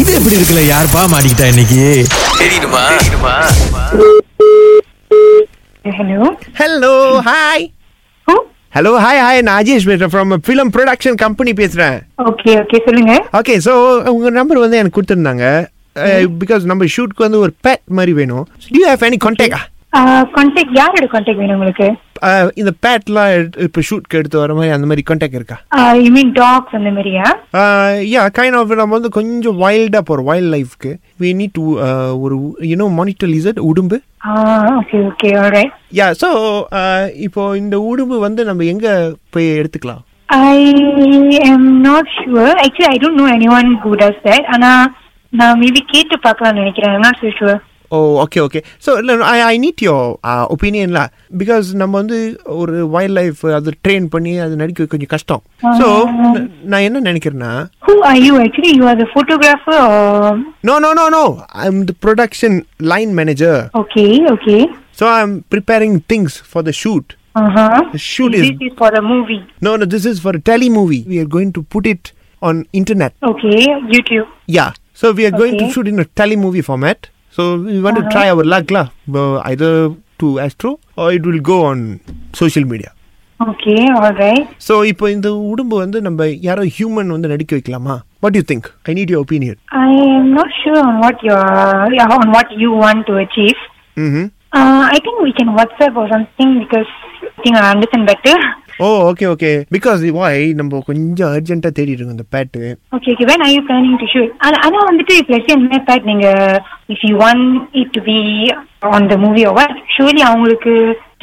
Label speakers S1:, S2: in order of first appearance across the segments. S1: இது எப்படி இருக்குல்ல யாருப்பா மாட்டிக்கிட்டா இன்னைக்கு
S2: Hello.
S3: Hello hi
S2: Who?
S3: Hello hi hi நான் அஜேஷ் பேசுறேன் ஃப்ரம் ஃபிலிம் ப்ரொடக்ஷன் கம்பெனி பேசுறேன்
S2: ஓகே ஓகே சொல்லுங்க
S3: ஓகே ஸோ உங்க நம்பர் வந்து எனக்கு கொடுத்துருந்தாங்க பிகாஸ் நம்ம ஷூட்க்கு வந்து ஒரு பேட் மாதிரி வேணும் do you have any contact
S2: contact Uh, யாரோட கான்டாக்ட் வேணும் உங்களுக்கு
S3: Uh, இந்த பேட்லாம் இப்போ ஷூட்க்கு எடுத்து வர மாதிரி அந்த மாதிரி கான்டாக்ட் இருக்கா Uh,
S2: யூ மீன் டாக்ஸ் அந்த மாதிரியா
S3: யா கைண்ட் ஆஃப் நம்ம வந்து கொஞ்சம் வைல்டாக போகிறோம் வைல்ட் லைஃப்க்கு வி நீட் டு uh, ஒரு யூனோ மானிட்டர் லிசர்ட் உடும்பு
S2: okay okay alright
S3: yeah so uh, இப்போ இந்த உடும்பு வந்து நம்ம எங்கே போய் எடுத்துக்கலாம்
S2: I am not sure actually I don't know any one who does that ஆனா நான் மேபி கேட்டு பார்க்கலாம்னு நினைக்கிறேன் not so sure
S3: oh okay okay so இல்லை ஐ ஐ நீட் யோ ஒப்பீனியன்ல பிகாஸ் நம்ம வந்து ஒரு வைல்ட் லைஃப் அது ட்ரெயின் பண்ணி அது நடிக்க கொஞ்சம் கஷ்டம் ஸோ நான் என்ன நினைக்கிறேன்னா
S2: who are you actually you are the photographer
S3: no no no no I am the production line manager
S2: okay okay
S3: so I am preparing things for the shoot Shoot
S2: Uh-huh.
S3: is-
S2: This is for the movie.
S3: No no this is for tele movie we are going to put it on internet
S2: Okay, YouTube.
S3: Yeah so we are going to
S2: Okay.
S3: Shoot in a tele movie format so we want to try our லாக்லா either to Astro it will go on social media
S2: Okay, all right.
S3: So இப்போ இந்த உடம்பு வந்து நம்ம யாரோ human வந்து நடிக்க வைக்கலாமா what you think I need you opinion
S2: I am not sure on what you are, yeah, on what you want to achieve.
S3: ம்
S2: Uh, I think we can WhatsApp or something because I think I understand better.
S3: Oh okay okay because வாய் நம்ம கொஞ்சம் அர்ஜென்ட்டாக தேடிட்டு இருக்கோம் இந்த பேட்டு
S2: Okay, okay. When are you planning to shoot? And I know வந்துட்டு இப்போ let's say அந்த மாதிரி part நீங்க if you want it to be on the movie or what, surely அவங்களுக்கு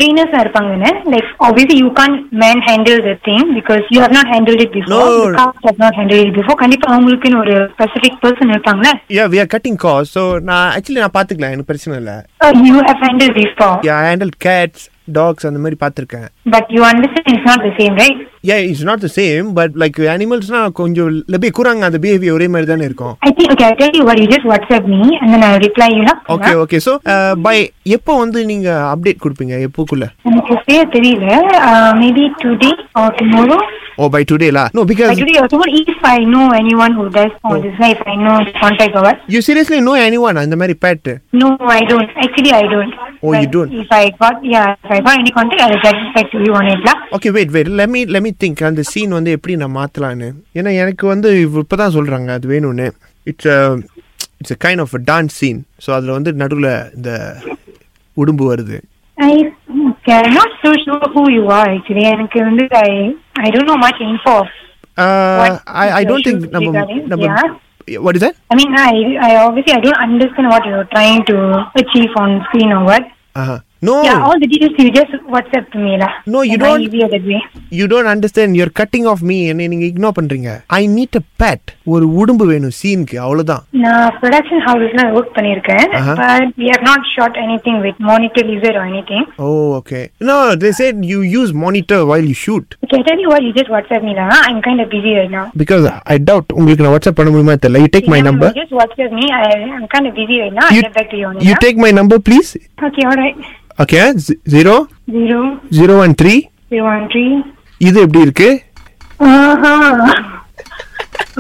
S2: trainers ஆ இருப்பாங்க தானே? Like obviously you can't man handle the thing because you have not handled it before.
S3: No.
S2: The cast have not handled it before. கண்டிப்பா அவங்களுக்குன்னு ஒரு specific person இருப்பாங்களே.
S3: Yeah we are cutting cause so நான் actually நான் பார்த்துக்கலாம் எனக்கு பிரச்சனை இல்லை
S2: Uh, you have handled before.
S3: Yeah handle cats dogs அந்த மாதிரி பார்த்துருக்கேன்
S2: But you understand it's not the same, right?
S3: Yeah it's not the same but like அனிமல்ஸ்னால் கொஞ்சம் லபே கூறாங்க அந்த பிஹேவியர் ஒரே மாதிரி தானே இருக்கும்
S2: I think okay, I'll tell you what, you just WhatsApp me and then I'll reply you now.
S3: Okay okay so bye uh, எப்போ வந்து நீங்கள் அப்டேட் கொடுப்பீங்க எப்போக்குள்ள
S2: எனக்கு சரியா தெரியல maybe today or tomorrow
S3: oh by டுடேலா no because
S2: today or tomorrow if I know any one who does
S3: Oh.
S2: All this if I know contact our
S3: you seriously no any one அந்த மாதிரி bat
S2: no I don't actually I don't
S3: Oh, you don't.
S2: If I got yeah if I got any contact I get back to you on இட்லா
S3: okay wait wait let me let me think அந்த scene வந்து எப்படி நான் மாற்றலான்னு ஏன்னா எனக்கு வந்து இப்போ தான் சொல்கிறாங்க அது வேணும்னு it's it's a kind of a dance scene so அதில் வந்து நடுவில் இந்த உடும்பு வருது
S2: I not so sure who you are actually எனக்கு வந்து I I don't know much info
S3: Uh,
S2: What
S3: I I
S2: is
S3: don't
S2: your
S3: think
S2: shoes
S3: நம்ம
S2: regarding?
S3: நம்ம
S2: Yeah.
S3: What is
S2: I mean, I, I obviously I don't understand what you're trying to achieve on screen or what.
S3: Aha no
S2: Yeah, all the details you just WhatsApp to me lah.
S3: Oh. No, you
S2: Am
S3: don't-
S2: I easier that way.
S3: You don't understand your cutting of me என்னை நீங்கள் ignore பண்ணுறீங்க I need a pet ஒரு உடும்பு வேணும் சீனுக்கு அவ்வளோதான்
S2: நான் production ஹவுஸ்ல ஒர்க் பண்ணியிருக்கேன்
S3: Uh-huh.
S2: But we have not short any thing with monitor laser or any thing
S3: oh okay no they said you use monitor while you shoot
S2: okay tell you what you just WhatsApp me நான் I'm kind of busy right நான்
S3: because I doubt உங்களுக்கு நான் WhatsApp பண்ண முடியுமா தெரியல you take my number
S2: Just WhatsApp me. I, I'm kind of busy right now. I'll
S3: you,
S2: get back to Ah, you on
S3: you
S2: it.
S3: take my number please
S2: huh? Okay, all right.
S3: okay z- zero
S2: Zero,
S3: zero one three
S2: zero one three.
S3: இது எப்படி இருக்கு
S2: ஆஹா.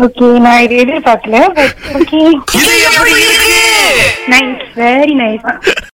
S2: Okay, நான் இது எதிர்பார்க்கல but okay
S1: இது எப்படி இருக்கு
S2: nice very nice